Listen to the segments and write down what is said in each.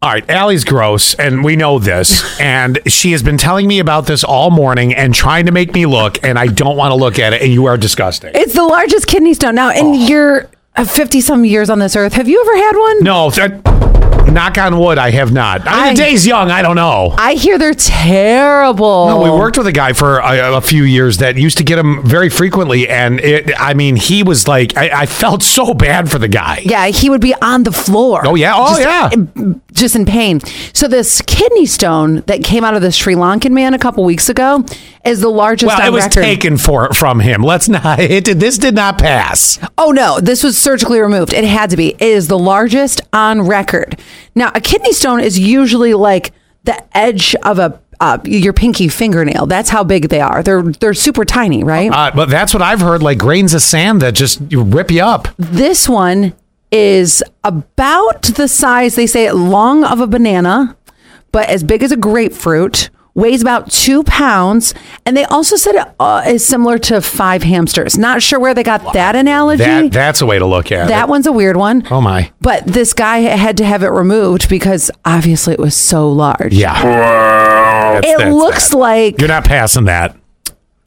All right, Allie's gross, and we know this. And she has been telling me about this all morning and trying to make me look, and I don't want to look at it. And you are disgusting. It's the largest kidney stone. Now, Oh. in your 50 some years on this earth, have you ever had one? No, that, knock on wood, I have not. I mean, I- the day's young. I don't know. I hear they're terrible. No, we worked with a guy for a, a few years that used to get him very frequently, and it, I mean, he was like, I, I felt so bad for the guy. Yeah, he would be on the floor. Oh, yeah. Oh, Just- yeah. Just in pain. So this kidney stone that came out of the Sri Lankan man a couple weeks ago is the largest Well, on it was record. taken for from him. Let's not. It did, this did not pass. Oh no, this was surgically removed. It had to be. It is the largest on record. Now, a kidney stone is usually like the edge of a uh, your pinky fingernail. That's how big they are. They're they're super tiny, right? Uh, but that's what I've heard, like grains of sand that just rip you up. this one is about the size they say long of a banana, but as big as a grapefruit. Weighs about two pounds, and they also said it uh, is similar to five hamsters. Not sure where they got that analogy. That that's a way to look at it. That one's a weird one. Oh my. But this guy had to have it removed because obviously it was so large. Yeah. That's- It that's looks that. like you're not passing that.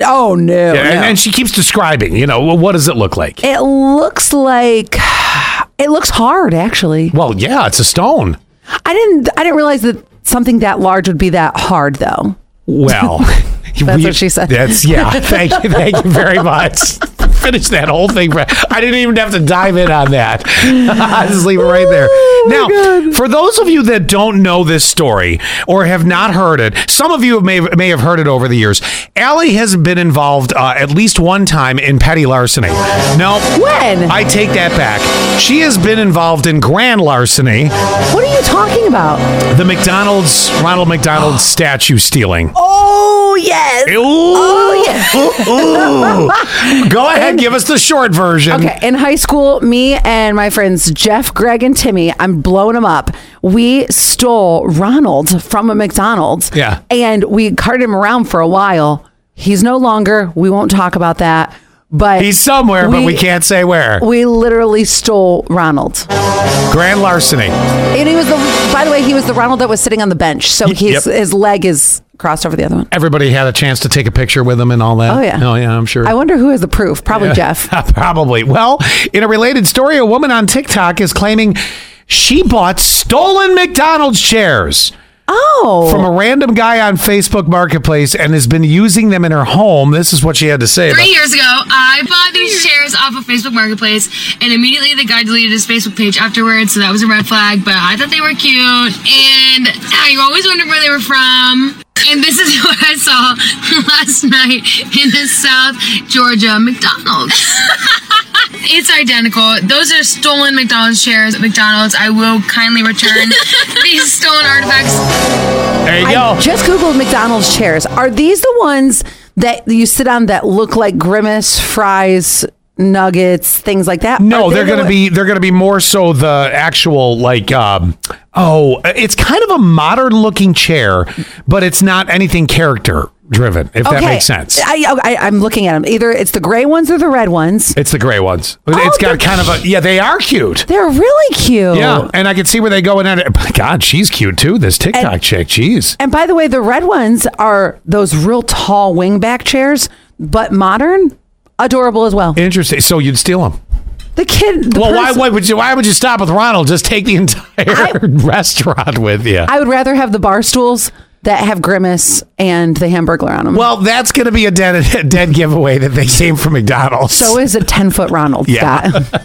oh no. and, no. and she keeps describing. You know, well, what does it look like? it looks like it looks hard actually. Well, yeah, it's a stone. I didn't I didn't realize that something that large would be that hard though. Well, That's what she said. That's yeah. Thank you, thank you very much. Finish that whole thing. Brad. I didn't even have to dive in on that. Just leave it right there. Oh now, for those of you that don't know this story or have not heard it, some of you may may have heard it over the years. Allie has been involved uh, at least one time in petty larceny. No, When? I take that back. She has been involved in grand larceny, What are you talking about? the McDonald's Ronald McDonald statue stealing. Oh yes. Ooh. Oh, Ooh. Go ahead, give us the short version. Okay, in high school, me and my friends Jeff, Greg, and Timmy, I'm blowing them up. We stole Ronald from a McDonald's. Yeah. And we carted him around for a while. He's no longer. We won't talk about that. But He's somewhere, but We- we can't say where. we literally stole Ronald. Grand larceny. And he was the by the way, he was the Ronald that was sitting on the bench. So he's, yep. his leg is crossed over the other one. Everybody had a chance to take a picture with him and all that. Oh yeah. Oh yeah, I'm sure. I wonder who has the proof. Probably Jeff. Probably. Well, in a related story, a woman on TikTok is claiming she bought stolen McDonald's shares Oh. from a random guy on Facebook Marketplace and has been using them in her home. This is what she had to say. about- Three years ago, I bought these shares off of Facebook Marketplace, and immediately the guy deleted his Facebook page afterwards, so that was a red flag, but I thought they were cute, and I always wondered where they were from. And this is what I saw last night in the South Georgia McDonald's. It's identical. Those are stolen McDonald's shares. McDonald's, I will kindly return these stolen artifacts. there you I go. just googled McDonald's chairs. Are these the ones that you sit on that look like grimace fries, nuggets, things like that? No, Are they they're the going to one- be they're going to be more so the actual like um oh, it's kind of a modern looking chair, but it's not anything character driven if that Okay. makes sense. I, I, I'm looking at them. Either it's the gray ones or the red ones. it's the gray ones. it's Oh, they're Oh. got kind of a yeah, they are cute. They're really cute. Yeah, and I can see where they go in. And God, she's cute too. This TikTok chick, jeez. And by the way, the red ones are those real tall wingback chairs, but modern, adorable as well. Interesting. So you'd steal them? The kid. The Well, why, person- why would you? Why would you stop with Ronald? Just take the entire restaurant with you. I would rather have the bar stools that have grimace and the hamburger on them. well, that's going to be a dead, dead giveaway that they came from McDonald's. so is a ten foot Ronald. Yeah. Scott.